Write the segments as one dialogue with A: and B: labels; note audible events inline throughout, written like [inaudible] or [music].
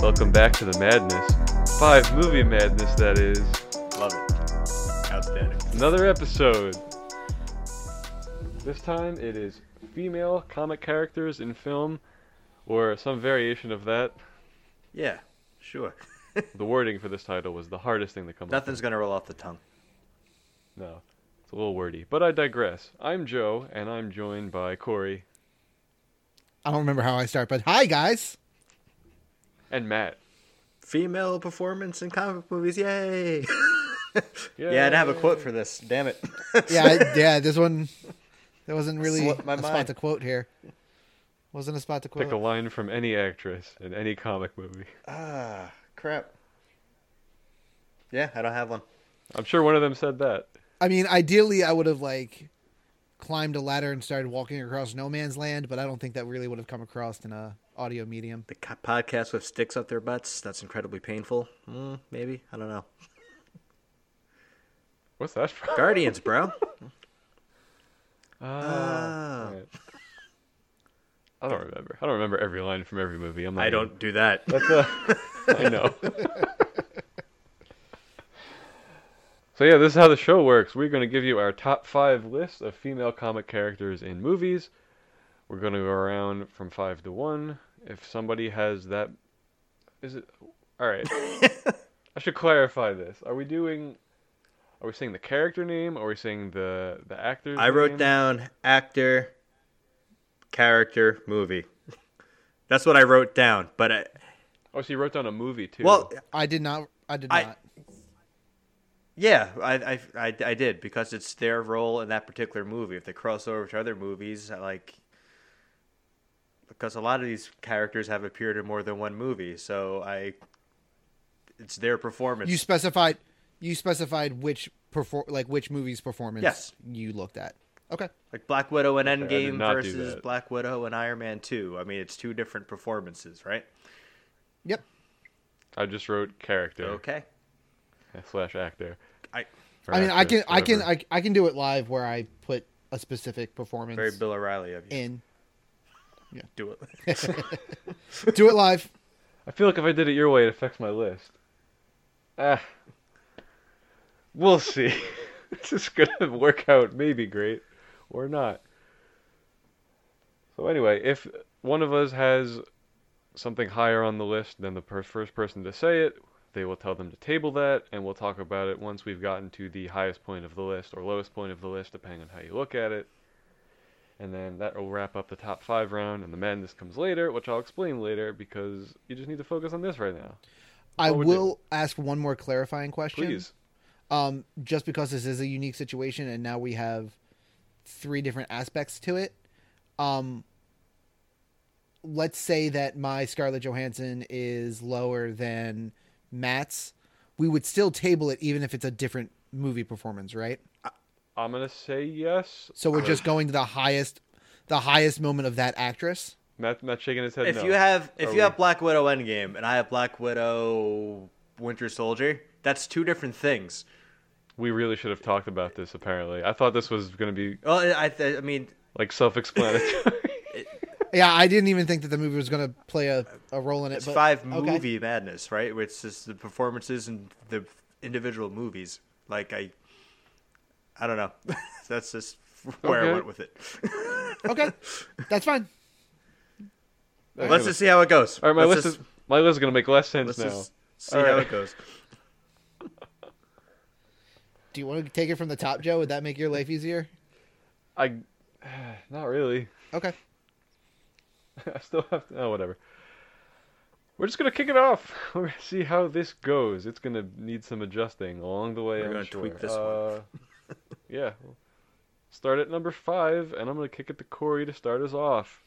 A: Welcome back to the madness. Five movie madness, that is.
B: Love it. Outstanding.
A: Another episode. This time it is female comic characters in film, or some variation of that.
B: Yeah, sure.
A: The wording for this title was the hardest thing to come up
B: Nothing's gonna roll off the tongue.
A: with. No, it's a little wordy, but I digress. I'm Joe, and I'm joined by Corey
C: I don't remember how I start, but hi guys.
A: and Matt.
B: Female performance in comic movies, yay! yeah, I didn't have a quote for this. Damn it.
C: Yeah, I, yeah. This one, that wasn't really a
B: Slipped my mind.
C: spot to quote here. Wasn't a spot to quote.
A: Pick a line from any actress in any comic movie.
B: [laughs] ah, crap. Yeah, I don't have one.
A: I'm sure one of them said that.
C: I mean, ideally, I would have like climbed a ladder and started walking across no man's land, but I don't think that really would have come across in a audio medium.
B: The co- podcast with sticks up their butts. That's incredibly painful. Mm, maybe I don't know.
A: What's that from?
B: [laughs] Guardians, bro. Uh,
A: Ah, right. [laughs] I don't remember. I don't remember every line from every movie. I'm not
B: I
A: even- [laughs]
B: don't do that.
A: That's uh, I
B: [laughs]
A: know. so yeah, this is how the show works. We're going to give you our top five list of female comic characters in movies. We're going to go around from five to one. If somebody has that, is it all
B: [laughs]
A: right? I should clarify this. Are we doing? Are we saying the character name? Are we saying the the actor's
B: I wrote
A: name?
B: down actor, character, movie. That's what I wrote down. But I,
A: Oh, so you wrote down a movie too.
B: well,
C: I did not. I did
B: I-
C: not.
B: Yeah, I, I, I, I did because it's their role in that particular movie. If they cross over to other movies, I like because a lot of these characters have appeared in more than one movie, so I it's their performance.
C: You specified. You specified which perform like which movie's performance
B: Yes.
C: you looked at. Okay.
B: like Black Widow and
A: did
B: Endgame
A: not do
B: versus
A: that.
B: Black Widow and Iron Man Two. I mean, it's two different performances, right?
C: Yep.
A: I just wrote character
B: Okay.
A: slash actor.
B: I
A: or
C: I mean, I can.
A: actress,
C: I can.
A: whatever.
C: I, I can do it live where I put a specific performance
B: very Bill O'Reilly of you.
C: in.
B: Do it.
C: Do it live.
A: I feel like if I did it your way, it affects my list. Ah. We'll see. [laughs] this is going to work out maybe great or not. So, anyway, if one of us has something higher on the list than the per- first person to say it, they will tell them to table that, and we'll talk about it once we've gotten to the highest point of the list or lowest point of the list, depending on how you look at it. And then that will wrap up the top five round, and the madness comes later, which I'll explain later because you just need to focus on this right now.
C: I
A: What would
C: will ask one more clarifying question.
A: Please.
C: um, just because this is a unique situation and now we have three different aspects to it. Um, let's say that my Scarlett Johansson is lower than Matt's. We would still table it even if it's a different movie performance, right?
A: I'm going to say yes.
C: So we're just going to the highest, the highest moment of that actress.
A: Matt, Matt shaking his head.
B: if
A: no.
B: you have if
A: Are
B: you
A: we-
B: have Black Widow Endgame and I have Black Widow Winter Soldier, that's two different things.
A: we really should have talked about this. Apparently, I thought this was going to be
B: Well, I th- I mean,
A: like self-explanatory.
C: Yeah, I didn't even think that the movie was going to play a, a role in it.
B: it's
C: but,
B: five
C: okay.
B: movie madness, right? Where it's just the performances and the individual movies. Like I, I don't know. [laughs] that's just where
A: Okay.
B: I went with it.
C: Okay,
A: [laughs]
C: that's fine.
B: Let's just see how it goes.
A: [laughs] All right, my
B: Let's
A: list
B: just-
A: is my list is going to make less sense
B: let's
A: now.
B: just see
A: All
B: how
A: right.
B: it goes.
C: Do you want to take it from the top, Joe? Would that make your life easier?
A: I [sighs] not really.
C: Okay.
A: [laughs] I still have to. Oh, whatever. We're just gonna kick it off. [laughs] We're gonna see how this goes. It's gonna need some adjusting along the way.
B: We're
A: I'm
B: gonna
A: sure.
B: tweak this one. [laughs]
A: uh, yeah. Start at number five, and I'm gonna kick it to Corey to start us off.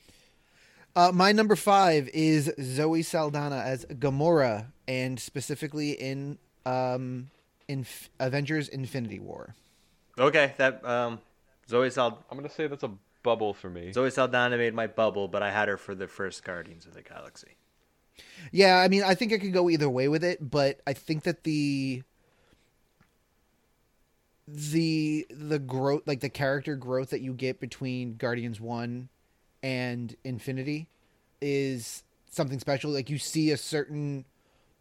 C: Uh, my number five is Zoe Saldana as Gamora, and specifically in um, in F- Avengers: Infinity War.
B: Okay, that um, Zoe Sald
A: I'm gonna say that's a bubble for me.
B: Zoe Saldana made my bubble, but I had her for the first Guardians of the Galaxy.
C: Yeah, I mean, I think I could go either way with it, but I think that the the the growth, like the character growth that you get between Guardians One and Infinity, is something special. Like you see a certain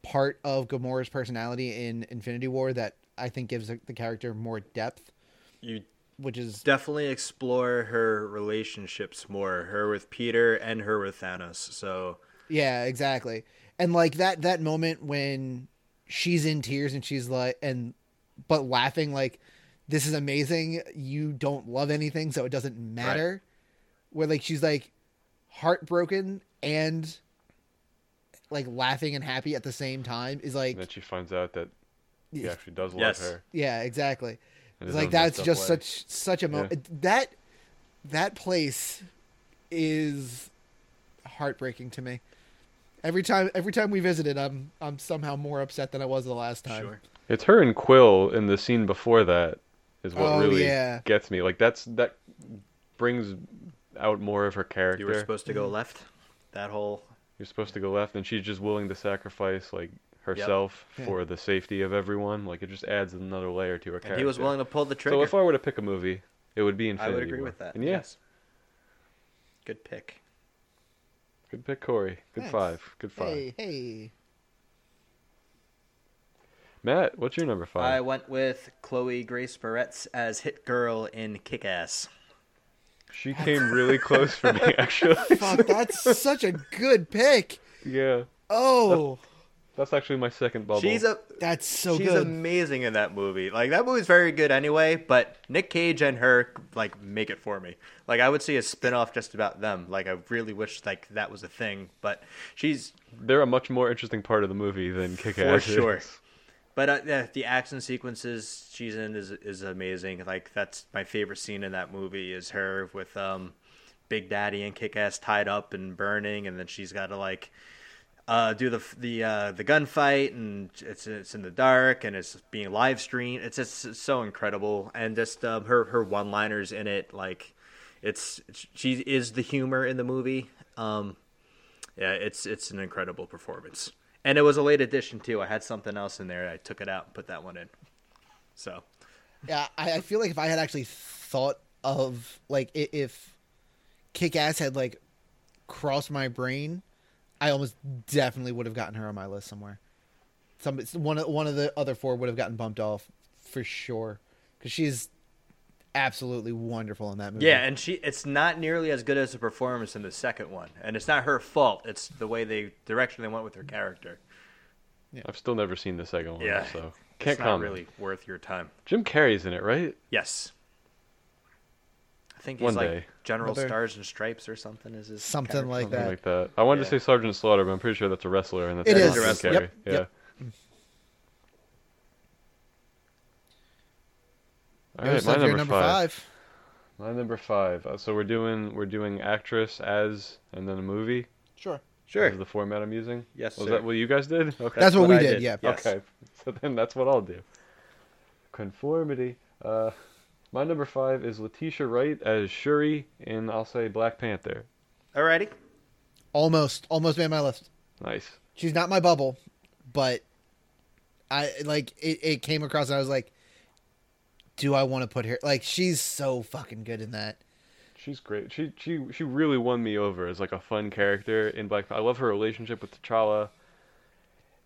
C: part of Gamora's personality in Infinity War that I think gives the character more depth,
B: You
C: which is
B: definitely explore her relationships more, her with Peter and her with Thanos. So
C: yeah, exactly. And like that that moment when she's in tears and she's like and but laughing like this is amazing. You don't love anything, so it doesn't matter. Where like she's like heartbroken and like laughing and happy at the same time is like
A: And then she finds out that he actually does love
B: Yes.
A: her.
C: Yeah, exactly.
A: in
C: It's
A: his
C: like
A: own
C: that's
A: messed up
C: just
A: way.
C: such such a moment. That that place is heartbreaking to me. Every time every time we visited, I'm I'm somehow more upset than I was the last time.
B: sure.
A: It's her and Quill in the scene before that is what
C: Oh,
A: really
C: yeah.
A: gets me. Like that's that brings out more of her character.
B: You were supposed to
C: Mm-hmm.
B: go left. That whole
A: You're supposed to go left, and she's just willing to sacrifice like herself
C: Yeah.
A: for the safety of everyone. Like it just adds another layer to her character.
B: and he was willing to pull the
A: So
B: trigger.
A: if I were to pick a movie, it would be
B: I
A: Infinity
B: would agree
A: War.
B: with that.
A: And yeah,
B: Yes. Good pick.
A: good pick, Corey. Good
C: Thanks.
A: five. Good five.
C: Hey, hey.
A: Matt, what's your number
B: I
A: five?
B: went with Chloe Grace Moretz as Hit Girl in Kick Ass.
A: She came really close for me,
C: [laughs]
A: actually.
C: Fuck, that's [laughs] such a good pick.
A: yeah,
C: Oh,
A: that's actually my second bubble.
B: She's a
C: that's so
B: she's
C: good.
B: amazing in that movie. Like that movie's very good anyway, but Nick Cage and her like make it for me. Like I would see a spin-off just about them. Like I really wish like that was a thing, but she's
A: They're a much more interesting part of the movie than
B: for
A: Kick-Ass.
B: sure.
A: is.
B: But uh, yeah, the action sequences she's in is is amazing. Like that's my favorite scene in that movie is her with um, Big Daddy and Kick Ass tied up and burning, and then she's got to like uh, do the the uh, the gunfight, and it's it's in the dark, and it's being live streamed. It's just it's so incredible, and just um, her her one liners in it, like it's she is the humor in the movie. Um, yeah, it's it's an incredible performance, and it was a late addition too. I had something else in there, I took it out and put that one in. So
C: Yeah, I, I feel like if I had actually thought of like i- if Kick Ass had like crossed my brain, I almost definitely would have gotten her on my list somewhere. Some one of one of the other four would have gotten bumped off for sure because she's absolutely wonderful in that movie.
B: yeah, and she it's not nearly as good as the performance in the second one, and it's not her fault. It's the way they direction they went with her character.
A: I've still never seen the second one,
B: Yeah.
A: so can't
B: it's not
A: comment.
B: really worth your time.
A: Jim Carrey's in it, right?
B: Yes, I think he's
A: One
B: like
A: day.
B: General
C: Another-
B: Stars and Stripes or something. Is his
C: Something
B: character.
C: like
A: Something
C: that.
A: like that. I wanted
B: Yeah.
A: to say Sergeant Slaughter, but I'm pretty sure that's a wrestler, and that's
C: It
A: not
C: is.
A: Jim
B: Wrestler.
A: Carrey.
C: Yep,
A: Yeah.
C: yep.
A: All right,
C: Yours
A: my
C: up, you're
A: number, five.
C: five.
A: My number five. Uh, so we're doing we're doing actress as and then a movie.
C: Sure,
B: Sure.
A: Is the format I'm using?
B: Yes,
A: Was
B: sir.
A: that what you guys did? Okay.
C: That's what we did, yeah.
B: Yes.
A: Okay, [laughs] so then that's what I'll do. Conformity. Uh, my number five is Letitia Wright as Shuri in I'll say Black Panther.
B: Alrighty.
C: almost almost made my list.
A: Nice.
C: She's not my bubble, but I like it. It came across, and I was like, "Do I want to put her?" Like she's so fucking good in that.
A: She's great. She she she really won me over as like a fun character in Black. Panther. I love her relationship with T'Challa.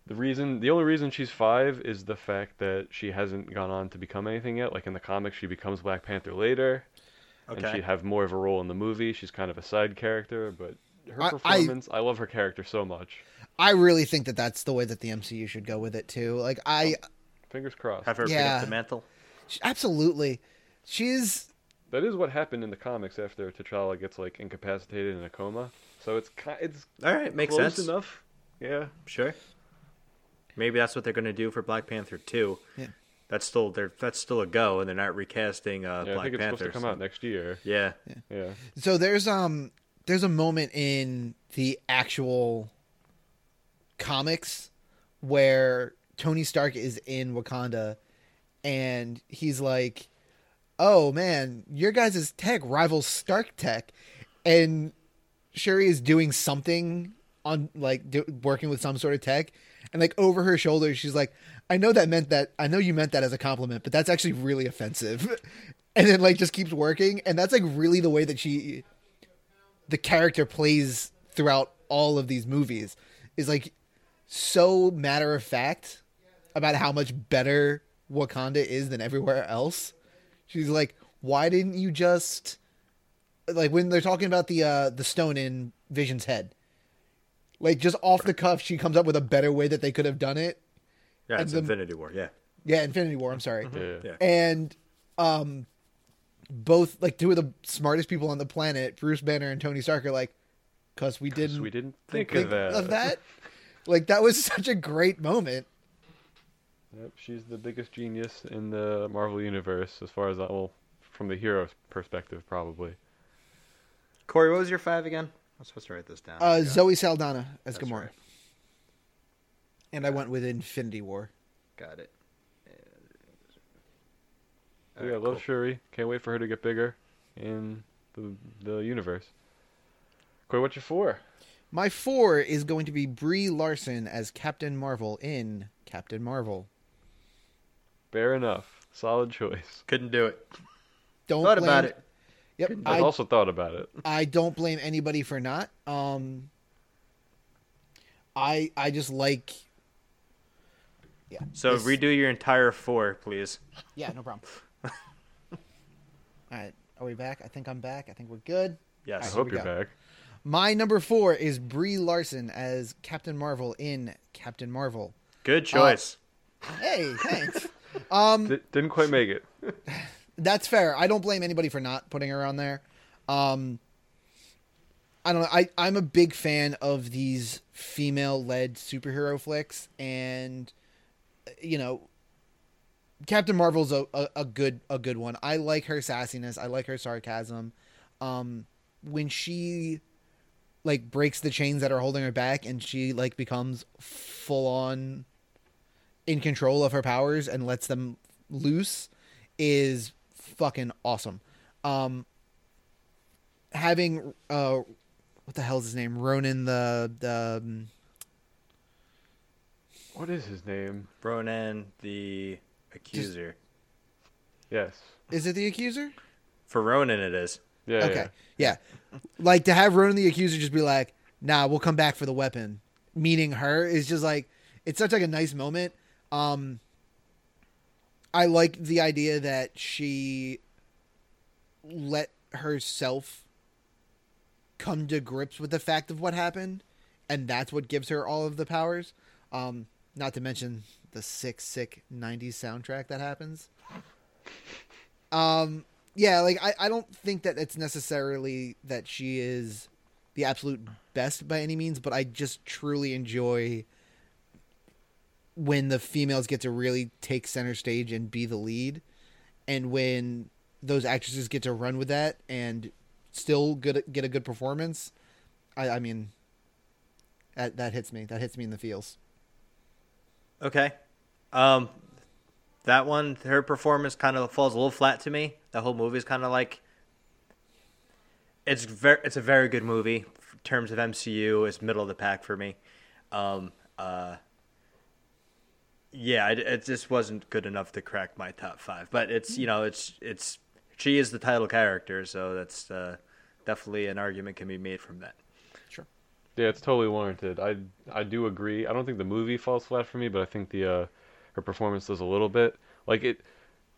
A: The reason, the only reason she's five is the fact that she hasn't gone on to become anything yet. Like in the comics, she becomes Black Panther later, and
B: Okay.
A: she'd have more of a role in the movie. She's kind of a side character, but her
C: I- I-
A: performance, I, love her character so much.
C: I really think that that's the way that the MCU should go with it too. Like I
A: Fingers crossed.
B: Have her pick
C: Yeah.
B: up the mantle.
C: sh- absolutely, she's
A: That is what happened in the comics after T'Challa gets like incapacitated in a coma. So it's ki- it's
B: All right, makes
A: close
B: sense.
A: enough. Yeah.
B: Sure. Maybe that's what they're going to do for Black Panther 2.
C: Yeah.
B: That's still they're that's still a go, and they're not recasting uh,
A: Yeah, I
B: Black
A: think it's
B: Panther.
A: supposed to come out next year.
B: Yeah. [laughs]
A: Yeah.
C: so there's um there's a moment in the actual comics where Tony Stark is in Wakanda and he's like, "Oh man, your guys' tech rivals Stark tech," and Shuri is doing something on like do, working with some sort of tech, and like over her shoulder, she's like, "I know that meant that. I know you meant that as a compliment, but that's actually really offensive." [laughs] and then like just keeps working, and that's like really the way that she, the character plays throughout all of these movies, is like so matter of fact about how much better Wakanda is than everywhere else. She's like, why didn't you just like when they're talking about the uh the stone in Vision's head? Like just off the cuff, she comes up with a better way that they could have done it.
B: Yeah, it's
C: the-
B: Infinity War. Yeah,
C: Yeah, Infinity War. I'm sorry.
A: Yeah.
B: yeah.
C: And um, both like two of the smartest people on the planet, Bruce Banner and Tony Stark, are like, "Cause we didn't
A: So we didn't think,
C: think
A: of that.
C: of that." like that was [laughs] such a great moment.
A: Yep, she's the biggest genius in the Marvel universe, as far as I well, from the hero's perspective, probably.
B: Corey, what was your five again? I'm supposed to write this down.
C: Uh,
B: Yeah.
C: Zoe Saldana as
B: That's
C: Gamora.
B: right.
C: And I went with Infinity War.
B: Got it.
A: So yeah, I love Shuri. Can't wait for her to get bigger in the the universe. Corey, what's your four?
C: My four is going to be Brie Larson as Captain Marvel in Captain Marvel.
A: Fair enough. Solid choice.
B: Couldn't do it.
C: Don't
B: Thought
C: blame,
B: about it.
C: Yep,
A: I
C: I,
A: also thought about it.
C: I don't blame anybody for not. Um, I I just like
B: So
C: This-
B: redo your entire four, please.
C: yeah no problem.
B: [laughs]
C: All right, are we back? I think I'm back. I think we're good.
A: I
B: Yes.
C: So hope-
A: hope
C: we
A: you're
C: got-
A: back.
C: My number four is Brie Larson as Captain Marvel in Captain Marvel.
B: Good choice.
C: Hey, thanks.
A: Di- didn't quite make it.
C: That's fair. I don't blame anybody for not putting her on there. Um, I don't know. I, I'm a big fan of these female led superhero flicks, and you know, Captain Marvel's a, a, a good a good one. I like her sassiness. I like her sarcasm. Um, when she like breaks the chains that are holding her back, and she like becomes full on in control of her powers and lets them loose is fucking awesome. Um, having uh, what the hell's his name? Ronan the the um,
A: What is his name?
B: Ronan the accuser.
A: Yes.
C: is it the accuser?
B: For Ronan, it is.
A: Yeah.
C: Okay, yeah. Like to have Ronan the accuser just be like, "Nah, we'll come back for the weapon." Meaning her is just like it's such like a nice moment. Um, I like the idea that she let herself come to grips with the fact of what happened, and that's what gives her all of the powers. Um, not to mention the sick, sick '90s soundtrack that happens. Um, yeah, like I, I don't think that it's necessarily that she is the absolute best by any means, but I just truly enjoy when the females get to really take center stage and be the lead, and when those actresses get to run with that and still good get a good performance. I, I mean, that, that hits me. That hits me in the feels.
B: Okay. Um, that one, her performance kind of falls a little flat to me. The whole movie is kind of like it's very, it's a very good movie in terms of MCU. It's middle of the pack for me. Um, uh, yeah, it, it just wasn't good enough to crack my top five. But it's you know it's it's she is the title character, so that's uh, definitely an argument can be made from that.
C: Sure.
A: Yeah, it's totally warranted. I I do agree. I don't think the movie falls flat for me, but I think the uh, her performance does a little bit. Like it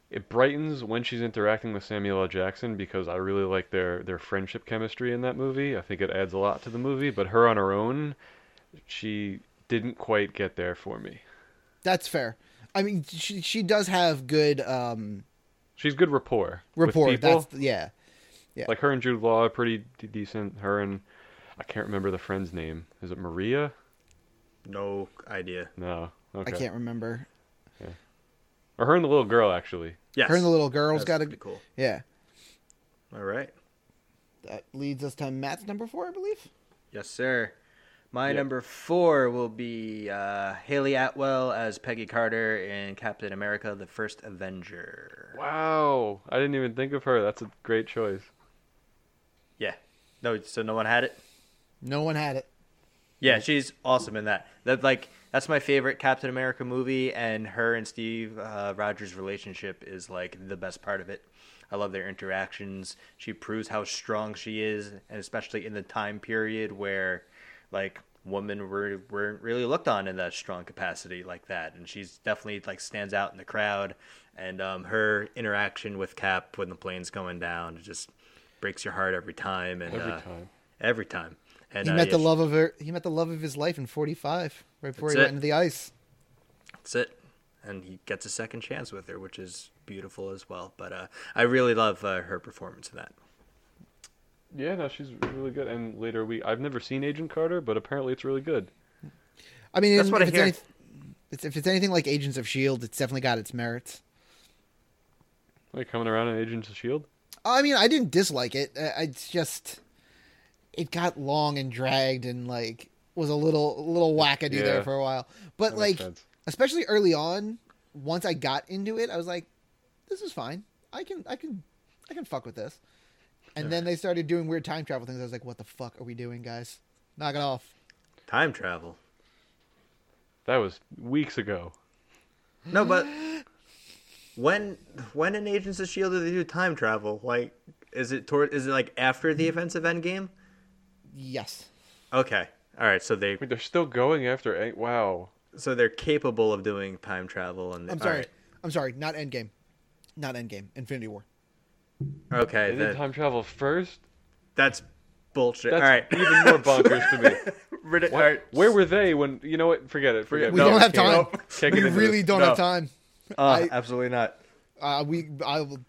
A: it brightens when she's interacting with Samuel L. Jackson because I really like their their friendship chemistry in that movie. I think it adds a lot to the movie, but her on her own, she didn't quite get there for me.
C: That's fair. I mean, she she does have good um,
A: She's good rapport. with
C: rapport.
A: people.
C: That's yeah.
A: Like her and Jude Law are pretty d- decent. Her and I can't remember the friend's name. Is it Maria?
B: No idea.
A: No. Okay.
C: I can't remember.
A: Or her and the little girl actually.
B: Yes,
C: Her and the little girl's
B: That's
C: got
B: pretty
C: a
B: cool.
C: yeah.
B: All right.
C: That leads us to Matt's number four, I believe.
B: Yes, sir. My
A: Yep.
B: number four will be uh, Haley Atwell as Peggy Carter in Captain America: The First Avenger.
A: Wow, I didn't even think of her. That's a great choice.
B: Yeah. No, so no one had it.
C: No one had it.
B: Yeah, she's awesome in that. That like that's my favorite Captain America movie, and her and Steve uh, Rogers' relationship is like the best part of it. I love their interactions. She proves how strong she is, and especially in the time period where, like, women were weren't really looked on in that strong capacity like that, and she's definitely like stands out in the crowd. And um, her interaction with Cap when the plane's going down it just breaks your heart every time. And
A: Every
B: uh,
A: time.
B: every time. And
C: he
B: uh,
C: met
B: yeah,
C: the
B: she-
C: love of her. He met the love of his life in '45, right before
B: That's
C: he went
B: it.
C: into the ice.
B: That's it. And he gets a second chance with her, which is beautiful as well. But uh, I really love uh, her performance in that.
A: Yeah, no, she's really good. And later we, I've never seen Agent Carter, but apparently it's really good.
C: I mean,
B: That's
C: if
B: what I
C: it's,
B: hear.
C: anyth- it's- if it's anything like Agents of Shield, E it's definitely got its merits.
A: Like coming around on Agents of Shield.
C: I mean, I didn't dislike it. I- I- It's just it got long and dragged and like was a little a little wackadoo
A: Yeah.
C: there for a while. But
A: That
C: like,
A: makes sense.
C: especially early on, once I got into it, I was like, this is fine. I can I can I can fuck with this. And then they started doing weird time travel things. I was like, what the fuck are we doing, guys? Knock it off.
B: Time travel.
A: that was weeks ago.
B: No,
C: [laughs]
B: but when when in Agents of Shield do E they do time travel? Like, is it toward? Is it like after the events of Endgame?
C: Yes.
B: Okay, all right. So they
A: Wait, they're still going after. Ang- Wow.
B: so they're capable of doing time travel. And
C: I'm
B: all
C: sorry.
B: right.
C: I'm sorry. Not Endgame. Not Endgame. Infinity War.
B: Okay,
A: They did
B: that-
A: time travel first.
B: that's bullshit.
A: That's
B: all right, [laughs]
A: even more bonkers to me.
B: Rid-
A: What-
B: all right.
A: Where were they when? You know what? Forget it. Forget
B: We
A: it.
C: We
B: No,
C: don't have time.
B: can't.
A: Check it
C: we
A: into
C: really
A: this.
C: don't
B: No.
C: have time.
B: Uh,
C: I-
B: absolutely not.
C: Uh, we I will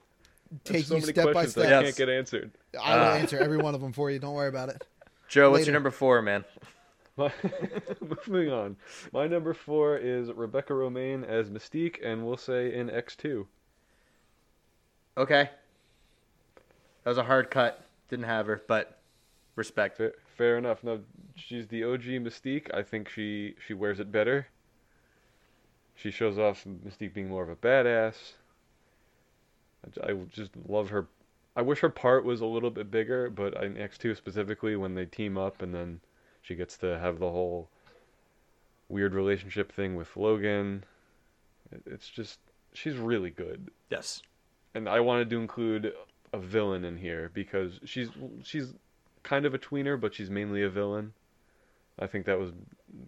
C: take
A: There's so
C: you
A: many
C: step by
A: questions
C: step.
A: that
B: Yes.
A: can't get answered.
C: I will
B: Ah.
C: answer every one of them for you. Don't worry about it.
B: Joe, what's your
C: Later.
B: number four, man?
A: My, [laughs] moving on. My number four is Rebecca Romaine as Mystique, and we'll say in X two.
B: Okay. That was a hard cut. Didn't have her, but respect.
A: Fair, fair enough. No, she's the OG Mystique. I think she she wears it better. She shows off Mystique being more of a badass. I j- I, just love her. I wish her part was a little bit bigger, but in X2 specifically, when they team up and then she gets to have the whole weird relationship thing with Logan, it- it's just she's really good
B: Yes.
A: and I wanted to include a villain in here because she's she's kind of a tweener, but she's mainly a villain. I think that was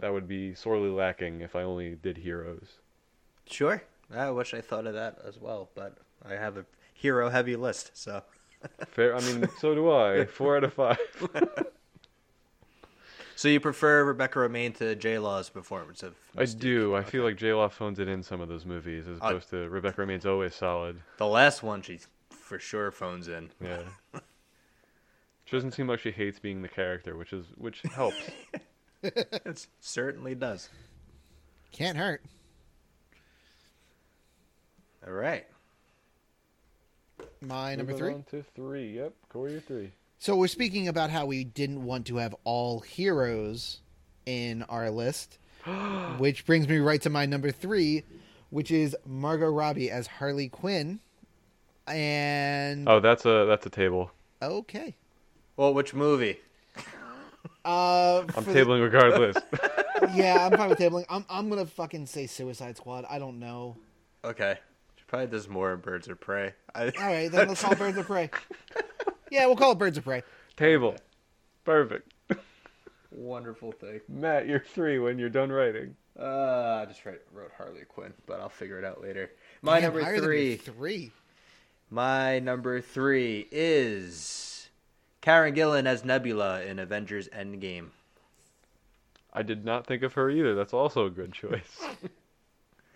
A: that would be sorely lacking if I only did heroes.
B: Sure. I wish I thought of that as well, but I have a hero heavy list, so
A: Fair, I mean, so do [laughs] I. Four out of five.
B: So you prefer Rebecca Romaine to J Law's performance of
A: I do. I feel like J Law phones it in some of those movies, as
B: I-
A: opposed to Rebecca remains always solid.
B: the last one she for sure phones
C: [laughs]
B: in.
A: [laughs] Yeah. She doesn't seem like she hates being the character, which is which helps.
B: It certainly does.
C: Can't hurt.
B: All right.
C: My number
A: Moving
C: three.
A: on to three. Yep, Corey, you're three.
C: So we're speaking about how we didn't want to have all heroes in our list, which brings me right to my number three, which is Margot Robbie as Harley Quinn. And
A: Oh, that's a that's a table.
C: okay,
B: Well, which movie?
C: uh,
A: I'm
C: for the-
A: tabling [laughs] regardless.
C: yeah, I'm fine with tabling. I'm I'm gonna fucking say Suicide Squad. I don't know.
B: Okay. She probably does more in Birds of Prey. I,
C: All
B: [laughs]
C: right, then let's call it Birds of Prey. Yeah, we'll call it Birds of Prey.
A: Table. Perfect.
B: Wonderful thing.
A: Matt, you're three when you're done writing.
B: Uh, I just write, wrote Harley Quinn, but I'll figure it out later. My
C: Damn,
B: number
C: higher than
B: three.
C: your Three.
B: My number three is Karen Gillan as Nebula in Avengers Endgame.
A: I did not think of her either. That's also a good choice.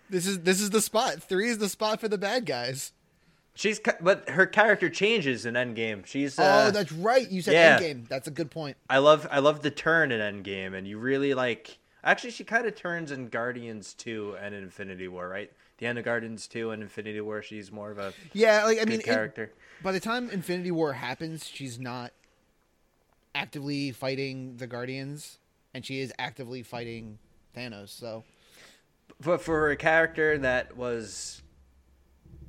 C: This is this is the spot. Three is the spot for the bad guys.
B: She's ca- but her character changes in Endgame. She's uh,
C: oh, that's right. You said
B: yeah.
C: Endgame. That's a good point.
B: I love I love the turn in Endgame, and you really like. Actually, she kind of turns in Guardians Two and Infinity War, right? The end of Guardians Two and Infinity War, she's more of a
C: Yeah, like I
B: good
C: mean, it-
B: character.
C: by the time Infinity War happens, she's not actively fighting the Guardians, and she is actively fighting Thanos. So
B: But for a character that was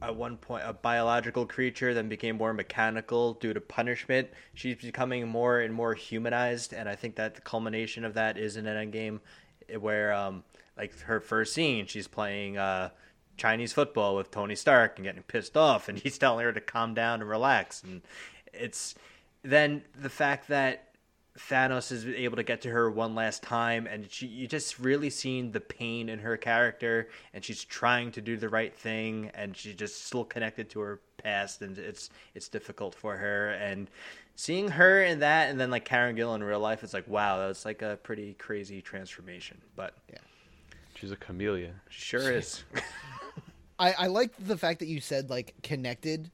B: at one point a biological creature, then became more mechanical due to punishment, she's becoming more and more humanized, and I think that the culmination of that is in an Endgame, eh, where um like her first scene, she's playing uh. Chinese football with Tony Stark and getting pissed off, and he's telling her to calm down and relax. And it's then the fact that Thanos is able to get to her one last time, and she you just really seen the pain in her character, and she's trying to do the right thing, and she's just still connected to her past, and it's it's difficult for her, and seeing her in that, and then like Karen Gill in real life, it's like wow, that's like a pretty crazy transformation, but
A: She's a chameleon.
B: sure is. [laughs]
C: I, I like the fact that you said like connected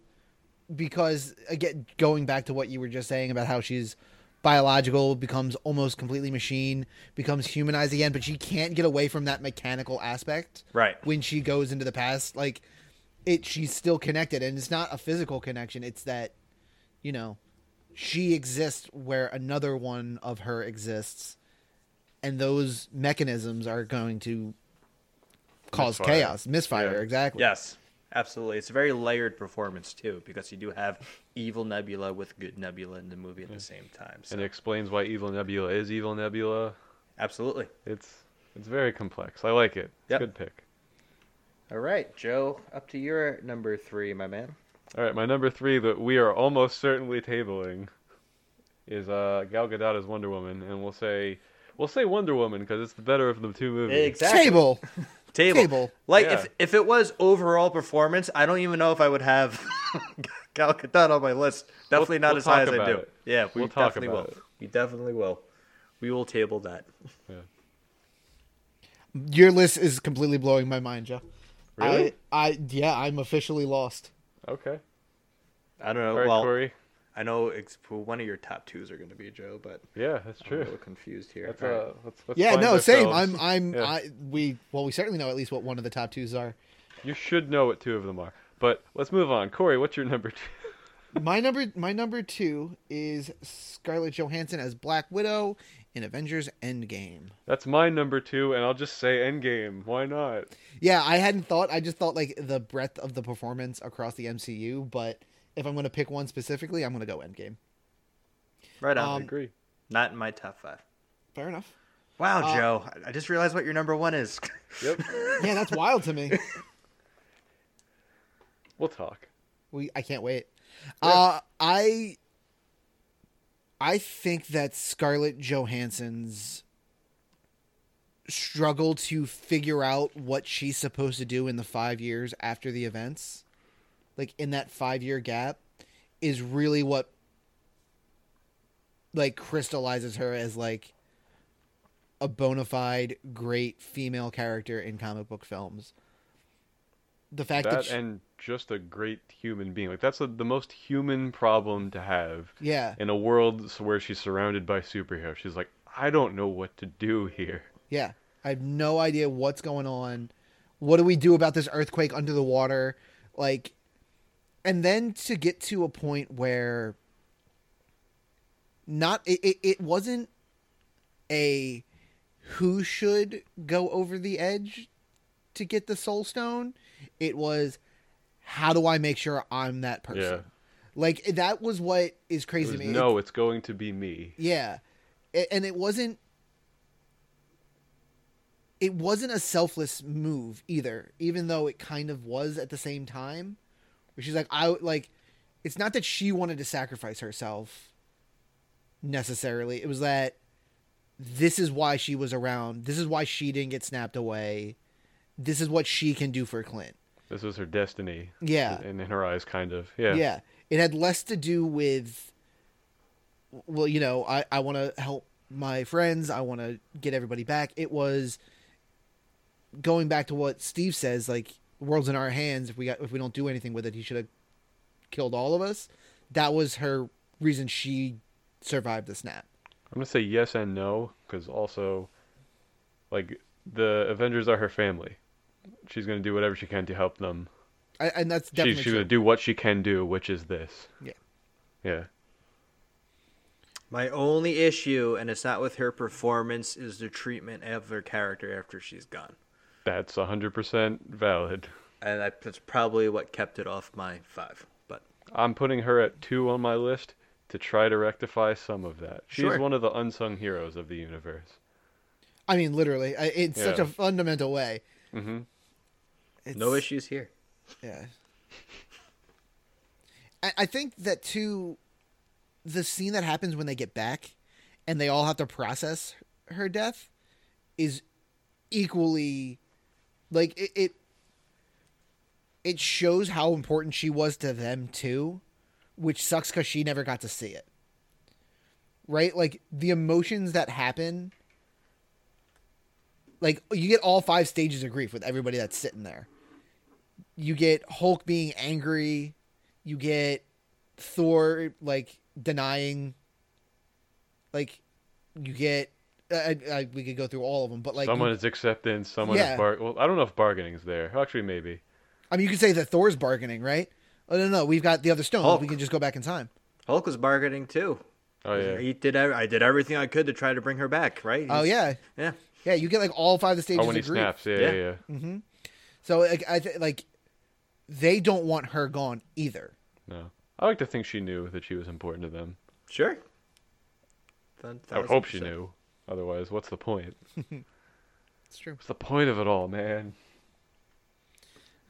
C: because again going back to what you were just saying about how she's biological becomes almost completely machine becomes humanized again but she can't get away from that mechanical aspect
B: Right.
C: when she goes into the past like it she's still connected and it's not a physical connection it's that you know she exists where another one of her exists and those mechanisms are going to cause
A: Misfire.
C: chaos misfire
A: Yeah.
C: exactly
B: Yes, absolutely. It's a very layered performance too, because you do have evil Nebula with good Nebula in the movie at the same time. So
A: And it explains why Evil Nebula is Evil Nebula.
B: absolutely.
A: It's it's very complex. I like it. It's a
B: Yep.
A: Good pick.
B: All right, Joe, up to your number three, my man.
A: All right, my number three that we are almost certainly tabling is uh, Gal Gadot as Wonder Woman, and we'll say we'll say Wonder Woman because it's the better of the two movies.
C: table
B: Table.
C: Table.
B: Like
A: Yeah.
B: if if it was overall performance, I don't even know if I would have [laughs] Gal Gadot on my list. Definitely not
A: we'll
B: as high
A: talk
B: as I
A: about
B: do.
A: it.
B: Yeah, we
A: We'll talk
B: definitely
A: about
B: will.
A: it.
B: We definitely will. We will table that.
A: Yeah.
C: your list is completely blowing my mind joe
A: Really?
C: I, I yeah i'm officially lost
A: Okay.
B: I don't know.
A: All right,
B: well,
A: Corey.
B: I know ex- one of your top twos are going to be Joe, but
A: Yeah, that's
B: I'm a
A: true.
B: little confused here.
A: That's,
B: All right.
A: uh, let's, let's
C: yeah
A: find
C: no same
A: ourselves.
C: i'm i'm
A: Yeah.
C: i we well we certainly know at least what one of the top twos are
A: You should know what two of them are. But let's move on. Corey, what's your number two? [laughs]
C: my number my number two is scarlett johansson as black widow in avengers endgame
A: That's my number two, and I'll just say Endgame. Why not?
C: yeah i hadn't thought i just thought like the breadth of the performance across the mcu but if i'm going to pick one specifically i'm going to go endgame
B: Right on.
A: I agree.
B: Not in my top five.
C: fair enough
B: Wow,
A: Uh,
B: Joe. I- I just realized what your number one is. [laughs]
A: Yep.
C: yeah that's wild to me
A: we'll
C: [laughs]
A: talk.
C: We I can't wait. Uh, I I think that Scarlett Johansson's struggle to figure out what she's supposed to do in the 5 years after the events, like in that 5 year gap is really what like crystallizes her as like a bona fide great female character in comic book films. The fact that,
A: That
C: she-
A: and just a great human being. Like that's the the most human problem to have
C: yeah,
A: in a world s- where she's surrounded by superheroes. She's like, I don't know what to do here.
C: Yeah. I have no idea what's going on. What do we do about this earthquake under the water? Like and then to get to a point where not it, it, it wasn't a who should go over the edge to get the soul stone. It was how do I make sure I'm that person?
A: Yeah.
C: Like that was what is
A: It
C: crazy
A: was,
C: to me. It-
A: no, it's going to be me.
C: yeah. A- And it wasn't it wasn't a selfless move either, even though it kind of was at the same time. Where she's like I like it's not that she wanted to sacrifice herself necessarily. It was that this is why she was around. This is why she didn't get snapped away. This is what she can do for Clint.
A: This was her destiny.
C: Yeah.
A: And in her eyes, kind of. Yeah.
C: Yeah. It had less to do with, well, you know, I, I want to help my friends. I want to get everybody back. It was going back to what Steve says, like, the world's in our hands. If we got, if we don't do anything with it, he should have killed all of us. That was her reason she survived the snap.
A: I'm gonna say yes and no because also, like the Avengers are her family. She's gonna do whatever she can to help them.
C: I, and that's
A: She,
C: definitely
A: she's
C: true.
A: gonna do what she can do, which is this.
C: Yeah.
A: Yeah.
B: My only issue, and it's not with her performance, is the treatment of her character after she's gone.
A: That's 100% valid.
B: And I, that's probably what kept it off my five. But
A: I'm putting her at two on my list to try to rectify some of that. She's
B: Sure.
A: one of the unsung heroes of the universe.
C: I mean, literally, I, in such
A: Yeah.
C: a fundamental way.
A: Mm-hmm.
C: It's,
B: no issues here.
C: Yeah. I, I think that too, the scene that happens when they get back and they all have to process her death is equally like it it, it shows how important she was to them too which sucks because she never got to see it right like the emotions that happen like you get all five stages of grief with everybody that's sitting there you get hulk being angry you get thor like denying like you get I, I, we could go through all of them but like
A: someone is acceptance. Someone
C: Yeah.
A: is bar. Well, I don't know if bargaining is there. Actually, maybe.
C: I mean, you could say that Thor's bargaining, right? Oh no, no, we've got the other stone.
B: Hulk.
C: We can just go back in time.
B: Hulk was bargaining too.
A: Oh yeah.
B: He did. ev- I did everything I could to try to bring her back. Right?
C: Oh yeah,
B: Yeah.
C: yeah. You get like all five of the stages.
A: Oh, when he
C: of grief.
A: snaps. Yeah, yeah,
B: Yeah.
A: yeah.
C: Mm. So like, I th- like, they don't want her gone either.
A: No, I like to think she knew that she was important to them.
B: Sure.
A: I would hope she knew. Otherwise, what's the point?
C: It's true.
A: What's the point of it all, man?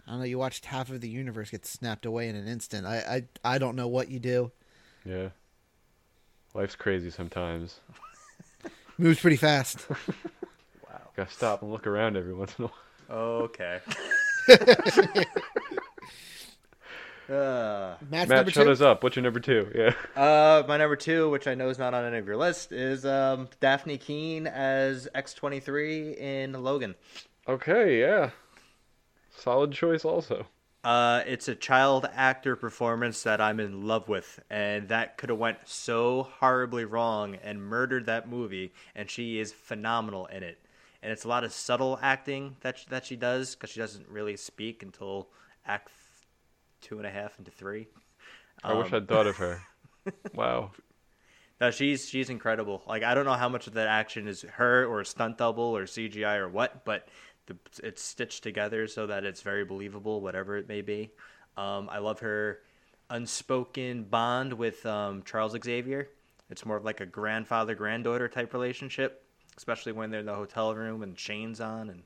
C: I don't know. You watched half of the universe get snapped away in an instant. I, I, I don't know what you do.
A: Yeah. Life's crazy sometimes.
C: Moves
A: [laughs]
C: pretty fast.
B: Wow.
A: Gotta stop and look around every once in a while. [laughs]
B: Okay. [laughs] uh,
C: Match
A: Matt,
C: number
A: shut
C: two.
A: us up. What's your number two? Yeah.
B: uh, my number two, which I know is not on any of your list, is um, Daphne Keene as X23 in Logan.
A: Okay. Yeah. Solid choice. Also.
B: Uh, it's a child actor performance that I'm in love with, and that could have went so horribly wrong and murdered that movie. And she is phenomenal in it. And it's a lot of subtle acting that she, that she does because she doesn't really speak until act two and a half into three.
A: I
B: Um.
A: wish I'd thought of
B: [laughs]
A: her. wow.
B: No, she's she's incredible. Like I don't know how much of that action is her or a stunt double or CGI or what, but the, it's stitched together so that it's very believable, whatever it may be. Um, I love her unspoken bond with um, Charles Xavier. It's more of like a grandfather granddaughter type relationship, especially when they're in the hotel room and Shane's on, and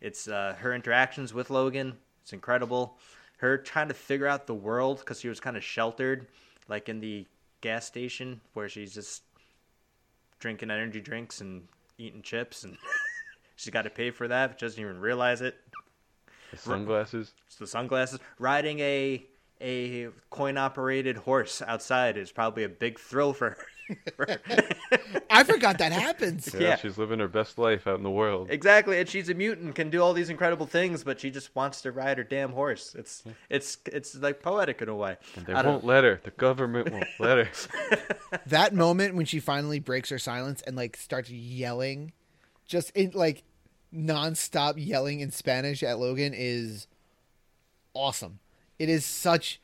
B: it's uh, her interactions with Logan. It's incredible. Her trying to figure out the world because she was kind of sheltered, like in the gas station where she's just drinking energy drinks and eating chips, and [laughs] she's got to pay for that, but she doesn't even realize it.
A: The sunglasses.
B: It's the sunglasses. Riding a a coin operated horse outside is probably a big thrill for [laughs] her.
C: I forgot that happens.
A: Yeah,
B: Yeah.
A: She's living her best life out in the world.
B: Exactly, and she's a mutant, can do all these incredible things, but she just wants to ride her damn horse. It's it's it's like poetic in a way.
A: They
B: I don't-
A: won't let her. The government won't let her.
B: [laughs]
C: that moment when she finally breaks her silence and like starts yelling just in like nonstop yelling in spanish at logan is awesome it is such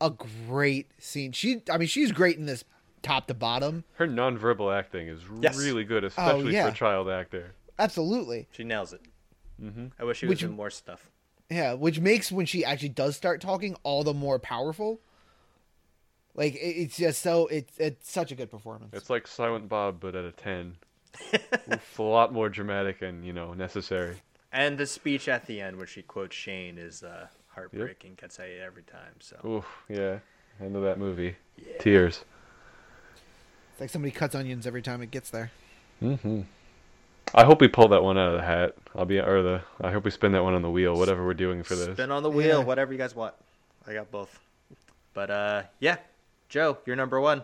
C: a great scene she i mean she's great in this top to bottom
A: Her nonverbal acting is
B: Yes. Oh,
A: really good, especially
C: yeah.
A: for a child actor.
C: absolutely
B: She nails it.
A: Mm-hmm.
B: I wish she
C: Would
B: was
C: you-
B: in more stuff.
C: yeah which makes when she actually does start talking all the more powerful like it, it's just so it's it's such a good performance
A: It's like Silent Bob, but at a
C: [laughs]
A: 10. Oof, a lot more dramatic and, you know, necessary.
B: And the speech at the end where she quotes Shane is uh, heartbreaking. Can say it every time. So
A: Oof, yeah. End of that movie. Tears.
C: it's like somebody cuts onions every time it gets there
A: I hope we pull that one out of the hat. I'll be, or the, I hope we spin that one on the wheel, whatever we're doing for this.
B: spin on the wheel,
C: Yeah.
B: whatever you guys want. I got both. But uh, yeah, Joe, you're number one.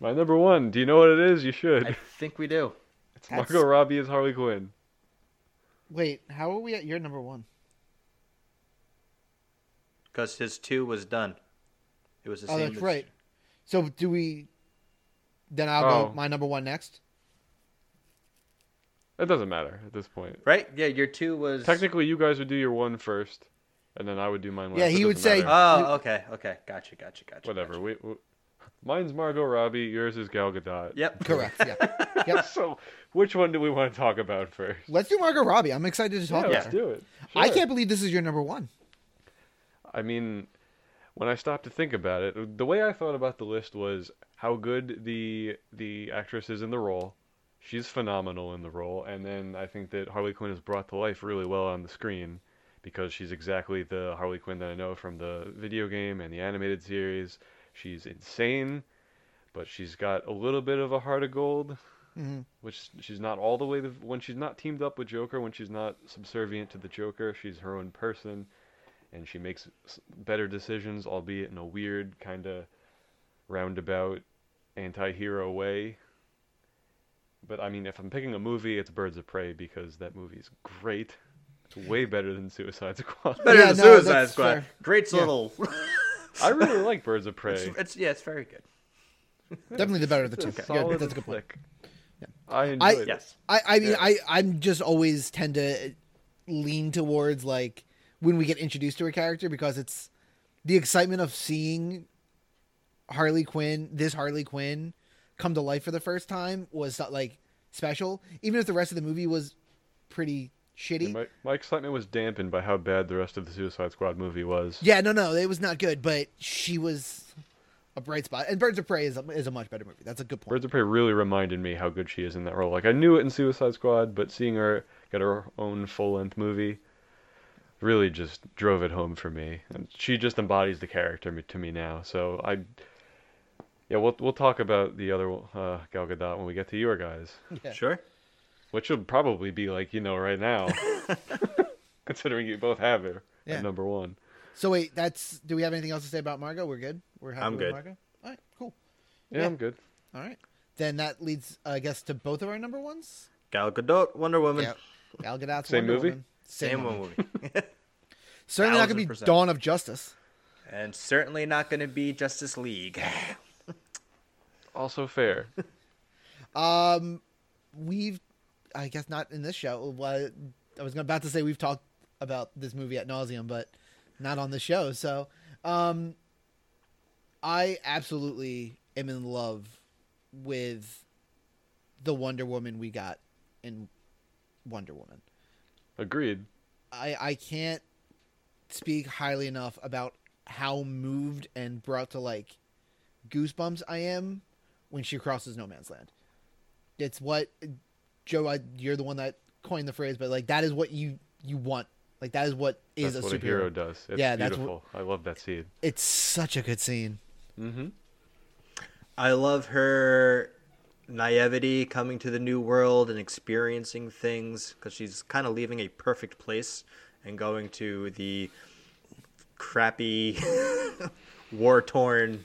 A: My number one, do you know what it is? You should.
B: I think we do.
A: it's
C: that's-
A: Margot Robbie as Harley Quinn.
C: wait how are we at your number one
B: Because his two was done. It was the
C: Oh,
B: same.
C: that's
B: as-
C: right. So do we? Then I'll
A: Oh.
C: go my number one next.
A: It doesn't matter at this point.
B: Right? Yeah, your two was.
A: Technically, you guys would do your one first, and then I would do mine last.
C: Yeah,
A: It
C: he would
A: doesn't
C: say- "Uh,
A: matter.
B: Oh, okay, okay. Gotcha, gotcha, gotcha.
A: Whatever.
B: gotcha.
A: We, we, mine's Margot Robbie. Yours is Gal Gadot.
B: Yep.
C: Correct. Yeah. [laughs] yep.
A: [laughs] So, which one do we want to talk about first?
C: Let's do Margot Robbie. I'm excited to talk
A: yeah,
C: about
A: let's
C: her.
A: do it.
C: I
A: Sure.
C: can't believe this is your number one.
A: I mean, when I stopped to think about it, the way I thought about the list was how good the the actress is in the role. She's phenomenal in the role, and then I think that Harley Quinn is brought to life really well on the screen because she's exactly the Harley Quinn that I know from the video game and the animated series. She's insane. but she's got a little bit of a heart of gold,
C: Mhm.
A: which she's not all the way to, when she's not teamed up with Joker, when she's not subservient to the Joker, she's her own person, and she makes s- better decisions, albeit in a weird kind of roundabout anti-hero way. But I mean, if I'm picking a movie, it's Birds of Prey because that movie's great. It's way better than Suicide [laughs] Squad.
B: Better
C: Yeah,
B: than
C: no,
B: Suicide
C: that's
B: Squad.
C: fair.
B: Great
C: Yeah.
B: little. [laughs]
A: I really like Birds of
C: [laughs]
B: it's,
A: Prey.
B: it's- yeah, it's very good.
C: Definitely the better of the two.
A: It's a
C: Yeah,
A: solid
C: that's a good point.
A: flick. I
C: I-
A: enjoyed it.
B: Yes.
C: I, I mean,
B: Yeah.
C: I, I'm just always tend to lean towards like when we get introduced to a character because it's the excitement of seeing Harley Quinn, this Harley Quinn, come to life for the first time was so- like special. Even if the rest of the movie was pretty shitty.
A: Yeah, My, my excitement was dampened by how bad the rest of the Suicide Squad movie was.
C: yeah, no, no, it was not good, but she was a bright spot. And Birds of Prey is a, is a much better movie. That's a good point.
A: Birds of Prey really reminded me how good she is in that role. Like I knew it in Suicide Squad, but seeing her get her own full-length movie really just drove it home for me. And she just embodies the character me- to me now. So I, yeah, we'll we'll talk about the other uh, Gal Gadot when we get to your guys,
C: Yeah.
B: Sure.
A: which will probably be like you know right
C: [laughs]
A: now, considering you both have her
C: Yeah.
A: at number one.
C: So wait, that's do we have anything else to say about Margot? We're good. We're happy
B: I'm
C: with
B: good.
C: Margot. All right, cool.
A: Yeah,
C: Yeah.
A: I'm good.
C: All right. Then that leads, I guess, to both of our number ones.
B: Gal Gadot, Wonder Woman.
C: Yeah. Gal Gadot's
A: Same
C: Wonder
A: movie?
C: Woman. Same,
B: Same
C: movie.
B: one movie.
C: [laughs] Certainly not going to be
B: 1000%.
C: Dawn of Justice.
B: and certainly not going to be Justice League.
A: Also fair.
C: Um, we've, I guess, not in this show. Well, I was about to say we've talked about this movie at nauseum, but not on the show. So, um, I absolutely am in love with the Wonder Woman we got in Wonder Woman.
A: Agreed.
C: I I can't speak highly enough about how moved and brought to like goosebumps I am when she crosses no man's land. It's what Joe, I, you're the one that coined the phrase, but like that is what you you want. Like that is what is
A: that's
C: a
A: what
C: superhero.
A: a hero does. It's
C: Yeah, that's what-
A: beautiful. I love that scene.
C: It's such a good scene.
A: Mm-hmm.
B: I love her naivety coming to the new world and experiencing things because she's kind of leaving a perfect place and going to the crappy, [laughs] war torn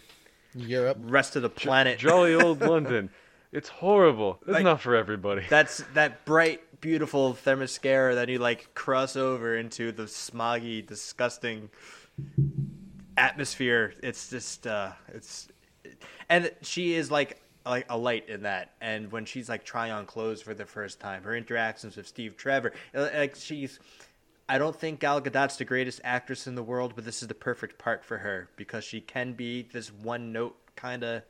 C: Europe.
B: rest of the planet.
A: Jolly old London. It's horrible. It's
B: Like-
A: not for everybody.
B: That's that bright, beautiful Themyscira that you like cross over into the smoggy, disgusting atmosphere. It's just, uh, it's, and she is like like a light in that. And when she's like trying on clothes for the first time, her interactions with Steve Trevor, uh, like she's. I don't think Gal Gadot's the greatest actress in the world, but this is the perfect part for her because she can be this one note kind of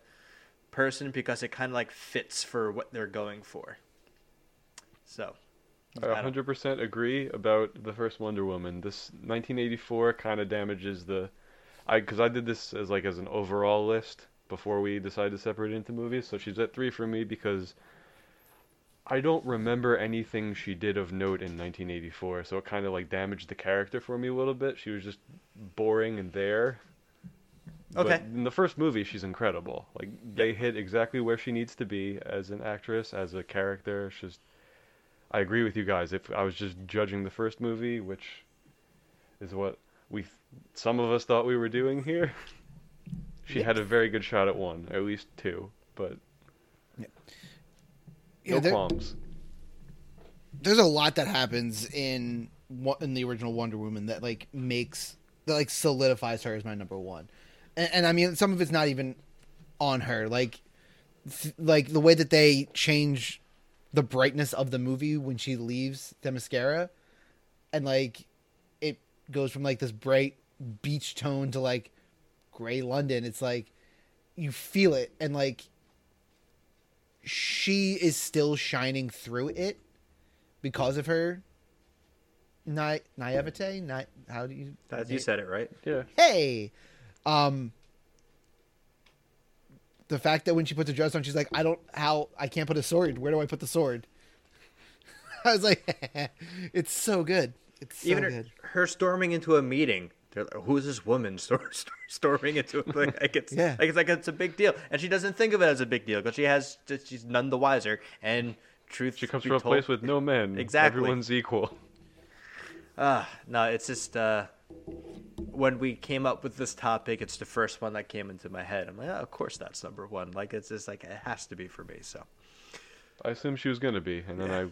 B: person because it kind of like fits for what they're going for. So,
A: I
B: I don't-
A: 100% agree about the first Wonder Woman. This 1984 kind of damages the, I because I did this as like as an overall list before we decided to separate it into movies. So she's at three for me because I don't remember anything she did of note in 1984. So it kind of like damaged the character for me a little bit. She was just boring and there. But
B: Okay.
A: in the first movie, she's incredible. Like they hit exactly where she needs to be as an actress, as a character. It's just, I agree with you guys. If I was just judging the first movie, which is what we some of us thought we were doing here, she had a very good shot at one, or at least two. But
C: Yeah,
A: no
C: there-
A: qualms.
C: there's a lot that happens in wo- in the original Wonder Woman that like makes that like solidifies her as my number one, and, and I mean some of it's not even on her like th- like the way that they change the brightness of the movie when she leaves the mascara, and like it goes from like this bright beach tone to like gray London. It's like you feel it and like she is still shining through it because of her na- naivete. Na- how do you?
B: as you
C: na-
B: said it, right?
A: Yeah,
C: Hey, um, the fact that when she puts a dress on, she's like, I don't how I can't put a sword. Where do I put the sword? [laughs] I was like, [laughs] it's so good. It's so
B: Even her,
C: good.
B: her storming into a meeting They're like, who is this woman stor- [laughs] stor- storming into [laughs] it? Like, like it's
C: Yeah.
B: like it's like it's a big deal, and she doesn't think of it as a big deal because she has she's none the wiser. And truth
A: She comes
B: be
A: from a
B: told-
A: place with [laughs] no men.
B: Exactly.
A: Everyone's equal.
B: Ah, no, it's just uh, when we came up with this topic, it's the first one that came into my head. I'm like, oh, of course that's number one. Like it's just like it has to be for me. So
A: [laughs] I assumed she was gonna be, and then I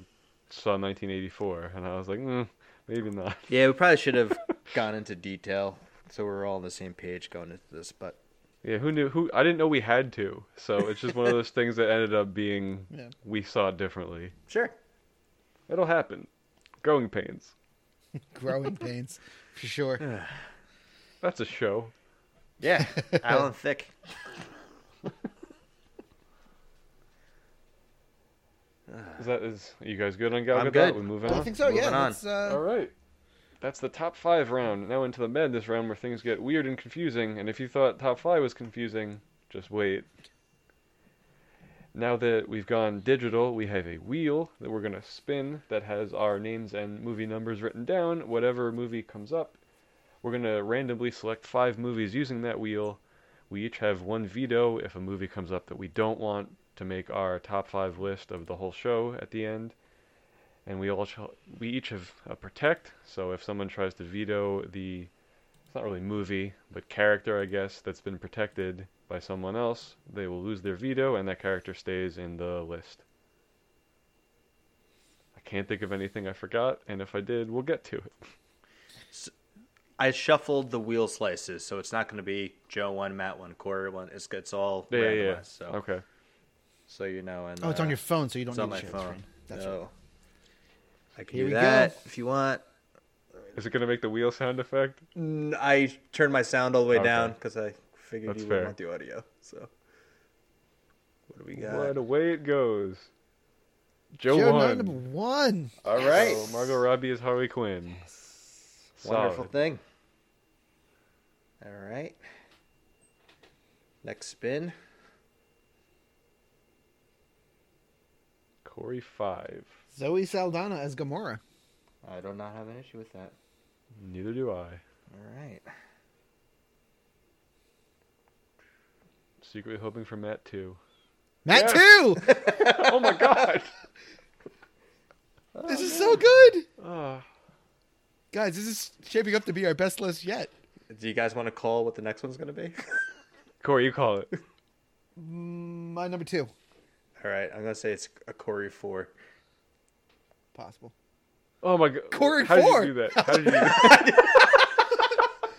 A: saw 1984, and I was like, mm, maybe not. [laughs]
B: yeah, we probably should have gone into detail so we're all on the same page going into this. But
A: Yeah, who knew? Who I didn't know we had to. So it's just one [laughs] of those things that ended up being
C: Yeah.
A: we saw it differently.
B: sure,
A: It'll happen. Growing pains.
B: [laughs]
C: Growing pains, for sure.
A: That's a show. [laughs]
B: yeah, Alan Thick.
A: Is that is are you guys good on Gal
B: I'm
A: Gadot?
B: good.
A: We moving on.
C: I think so.
B: Moving
C: Yeah.
B: on.
C: let's, uh,
A: All right. That's the top five round. Now into the madness round where things get weird and confusing. And if you thought top five was confusing, just wait. Now that we've gone digital, we have a wheel that we're going to spin that has our names and movie numbers written down. Whatever movie comes up, we're going to randomly select five movies using that wheel. We each have one veto if a movie comes up that we don't want to make our top five list of the whole show at the end and we all shall, we each have a protect. So if someone tries to veto the, it's not really movie, but character, I guess, that's been protected by someone else, they will lose their veto, and that character stays in the list. I can't think of anything I forgot, and if I did, we'll get to it.
B: I shuffled the wheel slices, so it's not going to be Joe one, Matt one, Corey one. It's it's all
A: Yeah,
B: randomized.
A: yeah, yeah.
B: So
A: Okay.
B: so you know. And
C: oh, it's on
B: uh,
C: your phone, so you don't
B: It's
C: need
B: on my
C: to share the
B: phone.
C: screen. That's
B: no.
C: right.
B: I can
C: Here
B: do
C: we go.
B: that if you want.
A: Is it gonna make the wheel sound effect?
B: Mm, I turned my sound all the way
A: Okay.
B: down 'cause down because I figured
A: That's
B: you
A: fair.
B: wouldn't want the audio. So, what do we got?
A: Right away it goes. Joe,
C: Joe,
A: won.
C: number one.
B: All right.
A: So Oh, Margot Robbie is Harley Quinn.
B: Wonderful
A: Solid.
B: thing. All right. Next spin.
A: Corey five.
C: Zoe Saldana as Gamora.
B: I do not have an issue with that.
A: Neither do I.
B: All right.
A: Secretly hoping for Matt
C: [laughs]
A: two.
C: Matt
A: Yeah.
B: [laughs]
C: too.
A: oh my god.
C: this is so good,
A: Ah.
C: guys. This is shaping up to be our best list yet.
B: Do you guys want to call what the next one's going to be? [laughs]
A: Corey, you call it.
C: My number two,
B: all right. I'm going to say it's a Corey four.
C: possible.
A: Oh my god.
C: Corey
A: How
C: Ford.
A: did you do that? How did you do that?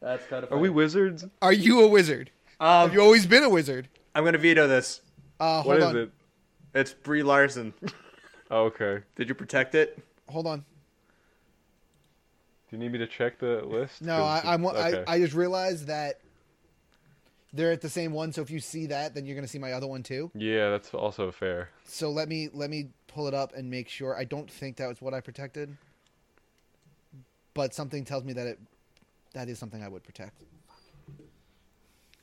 B: That's kind of.
A: Are we
C: [laughs]
A: wizards?
C: Are you a wizard?
B: Um,
C: Have you always been a wizard?
B: I'm going to veto this.
C: Uh, hold
A: What is
C: on.
A: it?
B: It's Brie Larson.
A: Oh, okay.
B: Did you protect it?
C: Hold on.
A: Do you need me to check the list?
C: No,
A: 'Cause-
C: I, I'm,
A: okay.
C: I, I just realized that they're at the same one. So if you see that, then you're gonna see my other one too.
A: Yeah, that's also fair.
C: So let me let me pull it up and make sure. I don't think that was what I protected, but something tells me that it that is something I would protect.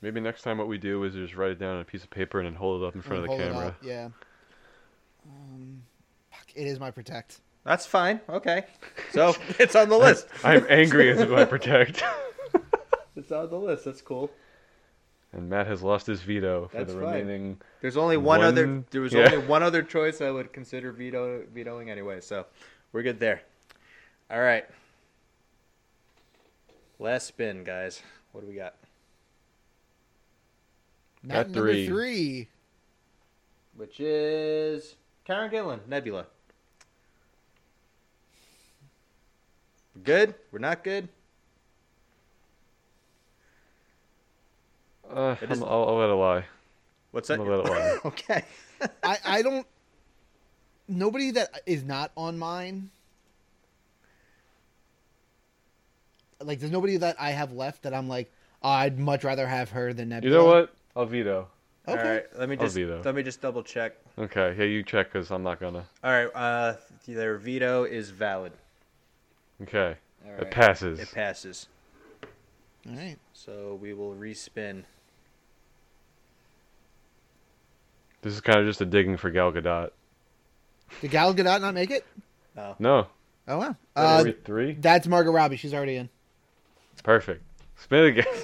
A: Maybe next time what we do is just write it down on a piece of paper and then hold it up in front of the
C: Hold it
A: camera.
C: up, Yeah. Um, fuck, it is my protect.
B: That's fine. Okay. [laughs] So it's on the list.
A: [laughs] I'm angry as
C: [laughs]
A: I protect. [laughs]
B: It's on the list. That's cool.
A: and Matt has lost his veto for
B: That's
A: the
B: fine.
A: remaining.
B: There's only one,
A: One-
B: other. There was
A: yeah.
B: only one other choice I would consider veto vetoing anyway. So we're good there. All right. Last spin, guys. What do we got?
A: Got
C: Not number
A: three.
C: three.
B: Which is Karen Gillan, Nebula. We're good. We're not good.
A: Uh,
B: It
A: I'm,
B: is-
A: I'll, I'll let it lie.
B: What's
A: I'm
B: that?
A: gonna
B: [laughs]
A: let it lie.
B: okay.
C: I, I don't. Nobody that is not on mine. Like, there's nobody that I have left that I'm like, "Oh, I'd much rather have her than
A: You
C: Nebula.
A: know what? I'll veto.
C: Okay.
B: All right. Let me
A: I'll
B: just
A: veto.
B: let me just double check.
A: Okay, yeah, you check because I'm not gonna.
B: All right. Uh, their veto is valid.
A: Okay,
B: All
A: it
B: right.
A: passes.
B: It passes.
C: All right.
B: So we will respin.
A: this is kind of just a digging for Gal Gadot.
C: Did Gal Gadot not make it?
B: No.
A: No,
C: Oh wow.
A: Are
C: Uh,
A: we three.
C: that's Margot Robbie. She's already in.
A: Perfect. Spin it again.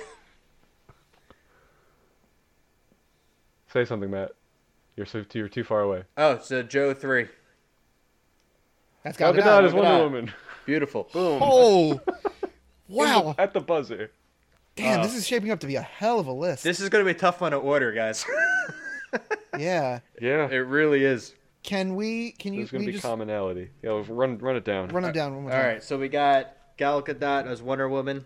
A: [laughs] Say something, Matt. You're so too, you're too far away.
B: Oh, it's a Joe three.
C: That's
A: Gal
C: got
A: Gadot
C: to
A: is
B: Gal
A: Wonder
B: Gadot.
A: Woman
B: Beautiful. Boom.
A: [laughs]
C: Oh, [laughs] wow!
A: at the buzzer.
C: Damn,
B: Oh.
A: uh,
C: this is shaping up to be a hell of a list.
B: This is gonna be a tough one to order, guys. [laughs]
C: yeah.
A: Yeah,
B: it really is.
C: Can we? Can you?
A: there's gonna
C: we
A: be
C: just
A: commonality. Yeah, we'll run run it down.
C: run them down one
B: All
C: more time.
B: right, so we got Gal Gadot as Wonder Woman,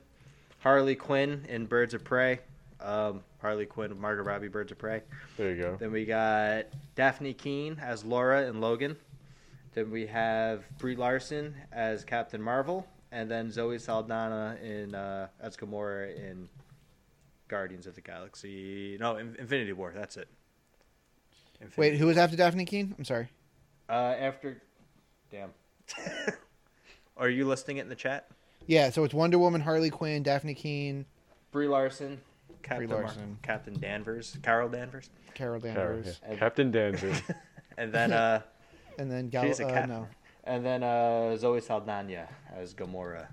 B: Harley Quinn in Birds of Prey, um, Harley Quinn, Margot Robbie, Birds of Prey.
A: There you go.
B: Then we got Daphne Keene as Laura and Logan. Then we have Brie Larson as Captain Marvel, and then Zoe Saldana in uh, as Gamora in Guardians of the Galaxy. No, in- Infinity War. That's it. Infinity.
C: Wait, who was after Daphne Keene? I'm sorry.
B: Uh, after, damn. [laughs] Are you listing it in the chat?
C: Yeah, so it's Wonder Woman, Harley Quinn, Daphne Keene,
B: Brie Larson, Captain Mar-
C: Larson.
B: Captain Danvers, Carol Danvers,
C: Carol
A: Tara,
C: Danvers,
A: yeah. Captain Danvers.
B: [laughs] and then uh,
C: and then Gal.
B: She's a
C: Uh,
B: cat.
C: no,
B: and then uh, Zoe Saldana as Gamora.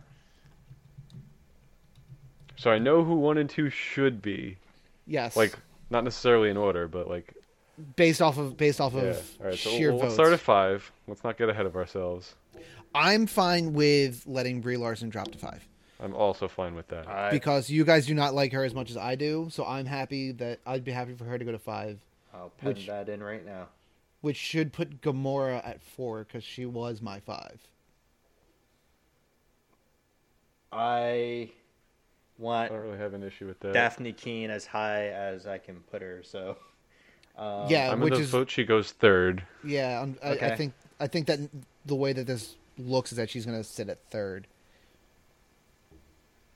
A: so I know who one and two should be.
C: yes,
A: Like not necessarily in order, but like
C: based off of based off
A: yeah.
C: of
A: All right, so
C: sheer
A: we'll, we'll
C: votes.
A: start at five. Let's not get ahead of ourselves.
C: I'm fine with letting Brie Larson drop to five
A: I'm also fine with that.
B: I,
C: because you guys do not like her as much as I do. So I'm happy that I'd be happy for her to go to five,
B: I'll pen
C: which-
B: that in right now.
C: which should put Gamora at four because she was my five.
B: I
A: I
B: want
A: don't really have an issue with that.
B: Daphne Keene as high as I can put her. So, um,
C: yeah,
A: I'm
C: which
A: in the
C: is
A: vote. She goes third.
C: yeah. I'm, I, I
B: Okay.
C: think I think that the way that this looks is that she's gonna sit at third.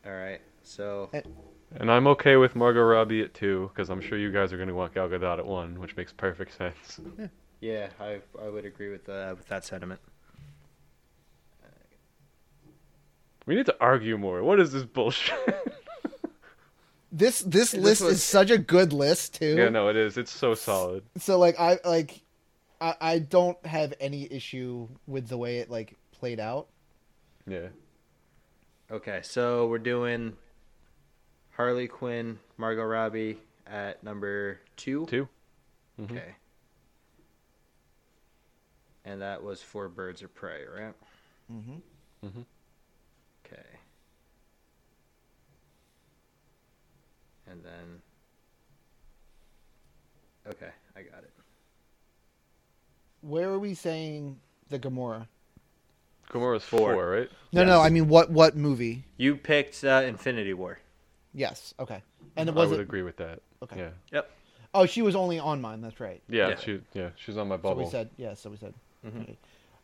B: All right. So
C: Eh.
A: And I'm okay with Margot Robbie at two, because I'm sure you guys are going to want Gal Gadot at one, which makes perfect sense.
B: yeah, I I would agree with uh, with that sentiment.
A: We need to argue more. What is this bullshit? [laughs]
C: This this
B: This
C: list
B: was-
C: is such a good list too.
A: yeah, no, it is. It's so solid.
C: so like I like I, I don't have any issue with the way it like played out.
A: Yeah.
B: Okay, so we're doing Harley Quinn, Margot Robbie at number two.
A: Two. Mhm.
B: Okay. And that was for Birds of Prey, right?
C: Mm-hmm.
B: Okay. And then. Okay, I got it.
C: Where are we saying the Gamora?
A: Gamora's
B: Four.
A: four, right?
C: No, no, I mean what what movie?
B: You picked uh, Infinity War.
C: Yes, okay. And it
A: Mm-hmm. I would
C: wasn't.
A: agree with that.
C: Okay.
A: Yeah.
B: Yep.
C: Oh, she was only on mine. That's right.
A: Yeah,
B: Yeah.
A: she yeah, she's on my
C: So
A: bubble. Mm-hmm.
C: we said yeah. So we said. Okay.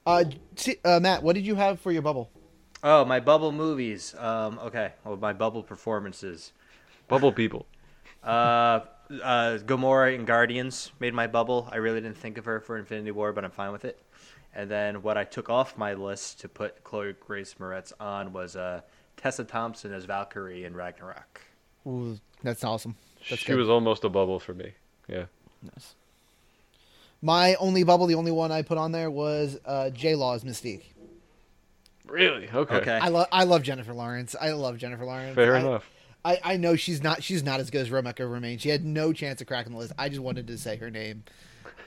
C: Uh, t- uh, Matt, what did you have for your bubble?
B: Oh, my bubble movies. Um, okay, well, my bubble performances.
A: Bubble people.
B: Uh, uh, Gamora and Guardians made my bubble. I really didn't think of her for Infinity War, but I'm fine with it. And then what I took off my list to put Chloe Grace Moretz on was uh, Tessa Thompson as Valkyrie in Ragnarok.
C: Ooh, that's awesome. That's
A: she
C: good.
A: was almost a bubble for me. Yeah.
C: Nice. My only bubble, the only one I put on there was uh, J Law's Mystique.
A: Really? Okay.
B: Okay.
C: I love I love Jennifer Lawrence. I love Jennifer Lawrence.
A: Fair
C: I-
A: enough.
C: I, I know she's not she's not as good as Rebecca Romaine. She had no chance of cracking the list. I just wanted to say her name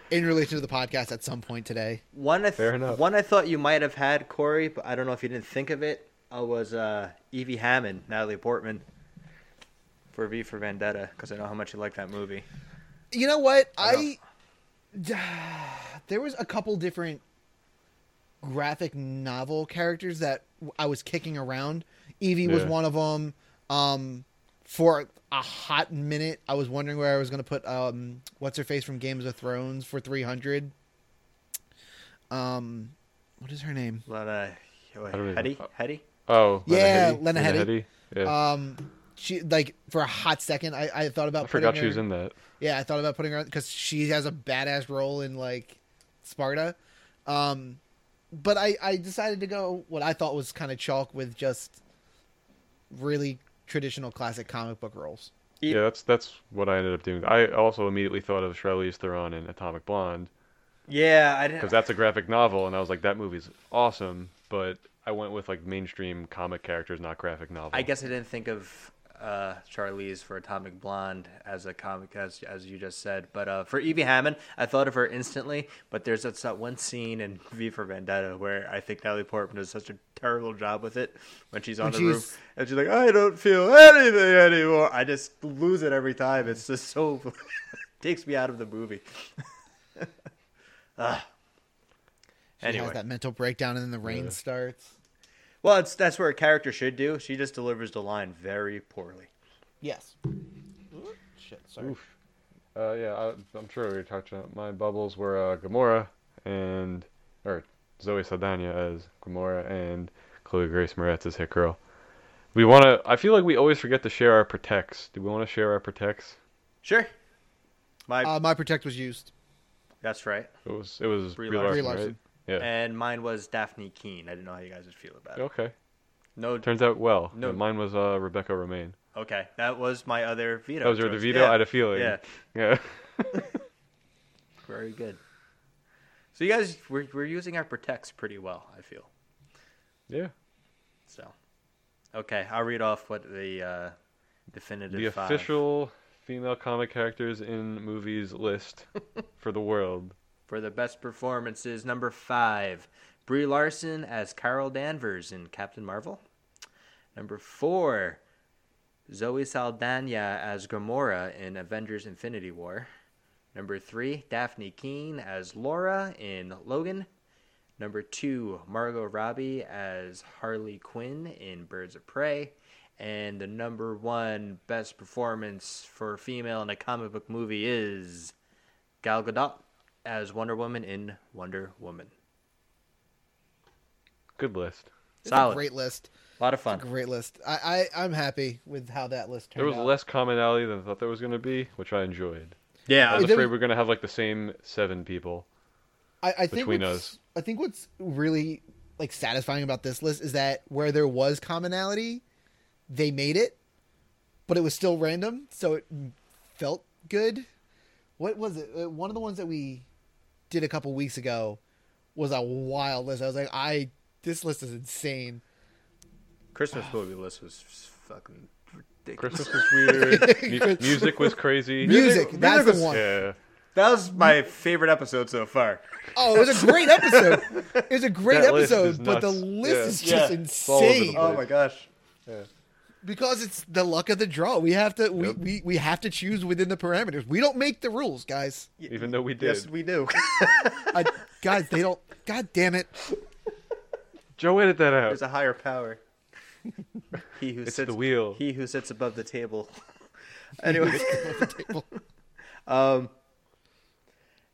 C: in relation to the podcast at some point today.
B: One I th-
A: Fair enough.
B: One I thought you might have had Corey, but I don't know if you didn't think of it. Uh, was uh, Evie Hammond, Natalie Portman, for V for Vendetta, because I know how much you like that movie.
C: You know what? I
B: I
C: [sighs] there was a couple different graphic novel characters that I was kicking around. Evie was
A: Yeah.
C: one of them. Um, for a hot minute, I was wondering where I was going to put um, what's her face from Games of Thrones for three hundred. Um, what is her name?
B: Lena,
A: don't even-
B: uh, Hetty, Hetty.
A: Oh, Lena
C: Yeah,
A: Headey?
C: Lena Headey.
A: Yeah.
C: Um, she like for a hot second, I, I thought about.
A: I forgot
C: putting
A: she was
C: her-
A: in that.
C: Yeah, I thought about putting her because she has a badass role in like Sparta. Um, but I I decided to go what I thought was kind of chalk with just really traditional classic comic book roles.
B: E-
A: Yeah, that's that's what I ended up doing. I also immediately thought of Charlize Theron in Atomic Blonde
B: Yeah, I didn't.
A: because that's a graphic novel, and I was like, that movie's awesome. But I went with like mainstream comic characters, not graphic novel.
B: I guess I didn't think of uh, Charlize for Atomic Blonde as a comic, as as you just said. But uh, for Evie Hammond, I thought of her instantly. But there's that, that one scene in V for Vendetta where I think Natalie Portman does such a terrible job with it when she's on
C: When
B: the roof
C: she's-
B: and she's like, "I don't feel anything anymore." I just lose it every time. It's just so [laughs] takes me out of the movie. [laughs] Ah.
C: She has that mental breakdown and then the rain starts.
B: Well, it's, that's where a character should do. She just delivers the line very poorly.
C: Yes. Ooh, Shit, sorry.
A: Oof. Uh, yeah, I, I'm sure we touched on my bubbles were uh, Gamora and or Zoe Saldana as Gamora and Chloe Grace Moretz as Hit Girl. We want to. I feel like we always forget to share our protects. Do we want to share our protects?
B: Sure. My
C: Uh, my protect was used.
B: that's right.
A: It was it was
B: Brie
A: Brie Larson,
C: Larson.
A: right?
C: Brie Larson.
A: Yeah.
B: And mine was Daphne Keene. I didn't know how you guys would feel about it.
A: okay.
B: No,
A: Turns out well.
B: No.
A: Mine was uh, Rebecca Romaine.
B: okay, that was my other veto.
A: That was your
B: choice.
A: DeVito.
B: Yeah.
A: I had a feeling.
B: Yeah,
A: [laughs] Yeah.
B: very good. So you guys, we're we're using our protects pretty well. I feel
A: yeah.
B: so. Okay, I'll read off what the uh, definitive
A: the
B: five-
A: official female comic characters in movies
B: [laughs]
A: list for the world.
B: for the best performances. Number five, Brie Larson as Carol Danvers in Captain Marvel. Number four, Zoe Saldana as Gamora in Avengers Infinity War. Number three, Daphne Keene as Laura in Logan. Number two, Margot Robbie as Harley Quinn in Birds of Prey. And the number one best performance for female in a comic book movie is Gal Gadot as Wonder Woman in Wonder Woman.
A: Good list.
C: It's
B: Solid.
C: a great list.
B: A lot of fun.
C: Great list. I, I I'm happy with how that list turned
A: There was
C: out.
A: less commonality than I thought there was going to be, which I enjoyed. I
B: Yeah.
A: was
C: There
A: afraid
C: was-
A: we are going to have like the same seven people.
C: I, I think
A: between
C: what's-
A: us.
C: I think what's really like satisfying about this list is that where there was commonality, they made it, but it was still random, so it felt good. What was it? Uh, One of the ones that we did a couple weeks ago was a wild list. I was like, I this list is insane.
B: Christmas movie list was fucking ridiculous.
A: Christmas was weird. mu- music was crazy.
C: [laughs] Music,
B: music
C: that's
B: was-
C: the one.
A: Yeah.
B: That was my favorite episode so far.
C: Oh, it was a great episode. It was a great
A: That list is
C: episode, but the
A: nuts.
C: list
A: Yeah.
C: is just
B: Yeah.
A: It's all over the
C: insane.
A: place. Oh my
B: gosh.
C: because it's the luck of the draw. We have to we,
A: Yep.
C: we, we have to choose within the parameters. We don't make the rules, guys.
A: Even though we did.
B: Yes, we do. [laughs]
C: I, guys, they don't. God damn it!
A: Joe, edit that out.
B: There's a
A: [laughs]
B: higher power. He who
A: It's
B: sits
A: the wheel.
B: He who sits above
A: [laughs]
B: the table. [laughs] anyway,
C: Table.
B: [laughs] um,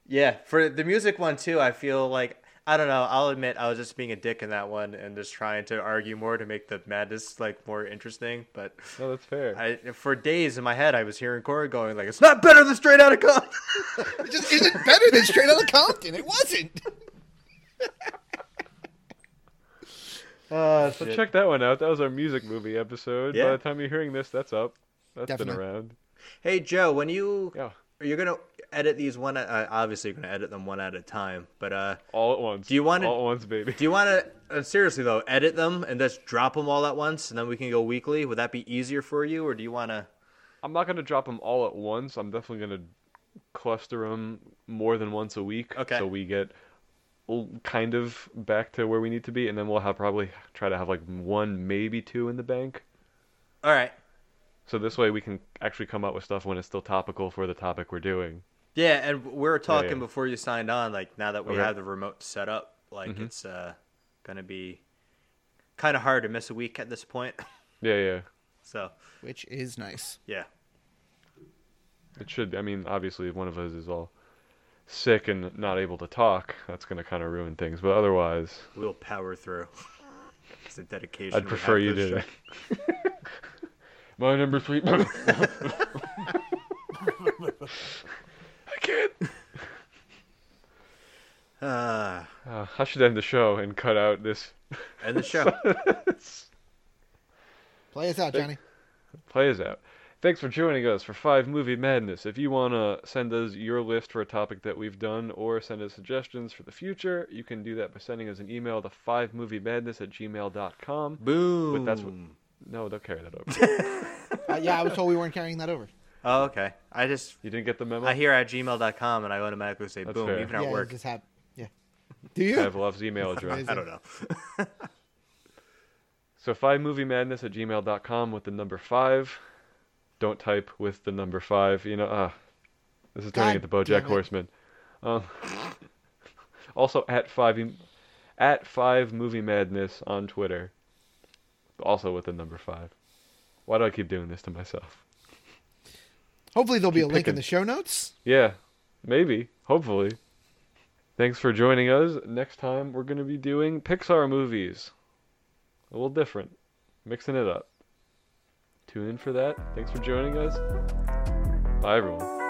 B: yeah, for the music one too, I feel like I don't know. I'll admit I was just being a dick in that one and just trying to argue more to make the madness like more interesting, but.
A: No, that's fair.
B: I, for days in my head, I was hearing Corey going like, "It's not better than Straight Outta [laughs] Compton."
C: It just isn't better than Straight Outta Compton. It wasn't.
B: Uh,
A: so check that one out. That was our music movie episode.
B: Yeah.
A: By the time you're hearing this, that's up. That's
C: Definitely.
A: been around.
B: Hey Joe, when you
A: Yeah.
B: are you gonna edit these one? Uh, obviously, you're gonna edit them one at a time. But uh,
A: All at once.
B: Do you wanna-
A: All at once, baby.
B: do you want to uh, seriously though edit them and just drop them all at once, and then we can go weekly? Would that be easier for you, or do you want to?
A: I'm not gonna drop them all at once. I'm definitely gonna cluster them more than once a week,
B: Okay.
A: so we get l- kind of back to where we need to be, and then we'll have probably try to have like one, maybe two in the bank.
B: All right.
A: So this way, we can actually come up with stuff when it's still topical for the topic we're doing.
B: Yeah, and we were talking
A: yeah.
B: before you signed on. Like now that we
A: Okay.
B: have the remote set up, like it's uh, gonna be kind of hard to miss a week at this point. [laughs]
A: Yeah, yeah.
B: so
C: Which is nice.
B: yeah.
A: It should. I mean, obviously, if one of us is all sick and not able to talk, that's gonna kind of ruin things. But otherwise,
B: We'll power through. [laughs] It's a dedication.
A: I'd
B: we
A: prefer
B: have
A: you
B: to the
A: did
B: [laughs]
A: it.
B: show.
A: [laughs] My number three. [laughs] I can't.
B: Ah,
A: Uh, I should end the show and cut out this.
B: [laughs] and the show.
C: Play us out, Johnny.
A: Play us out. Thanks for joining us for Five Movie Madness. If you want to send us your list for a topic that we've done or send us suggestions for the future, you can do that by sending us an email to fivemoviemadness at gmail.com.
B: Boom.
A: But that's what- No, don't carry that over.
C: [laughs] Uh, yeah, I was told we weren't carrying that over.
B: oh, okay. I just
A: you didn't get the memo?
B: I hear at gmail.com and I automatically say
A: That's
B: boom,
A: fair.
B: even at
C: yeah, it
B: work.
C: just happened. Yeah. Do you?
A: Pavlov's email address.
B: I don't know.
A: So fivemoviemadness at gmail.com with the number five. Don't type with the number five. You know, ah, this is turning
C: God
A: into BoJack
C: damn it.
A: Horseman. Um, [laughs] also at five at five movie madness on Twitter. Also with the number five. Why do I keep doing this to myself?
C: Hopefully there'll be a link
A: picking.
C: in the show notes.
A: Yeah, maybe, hopefully. Thanks for joining us. Next time we're gonna be doing Pixar movies. A little different, mixing it up. Tune in for that. Thanks for joining us. Bye everyone.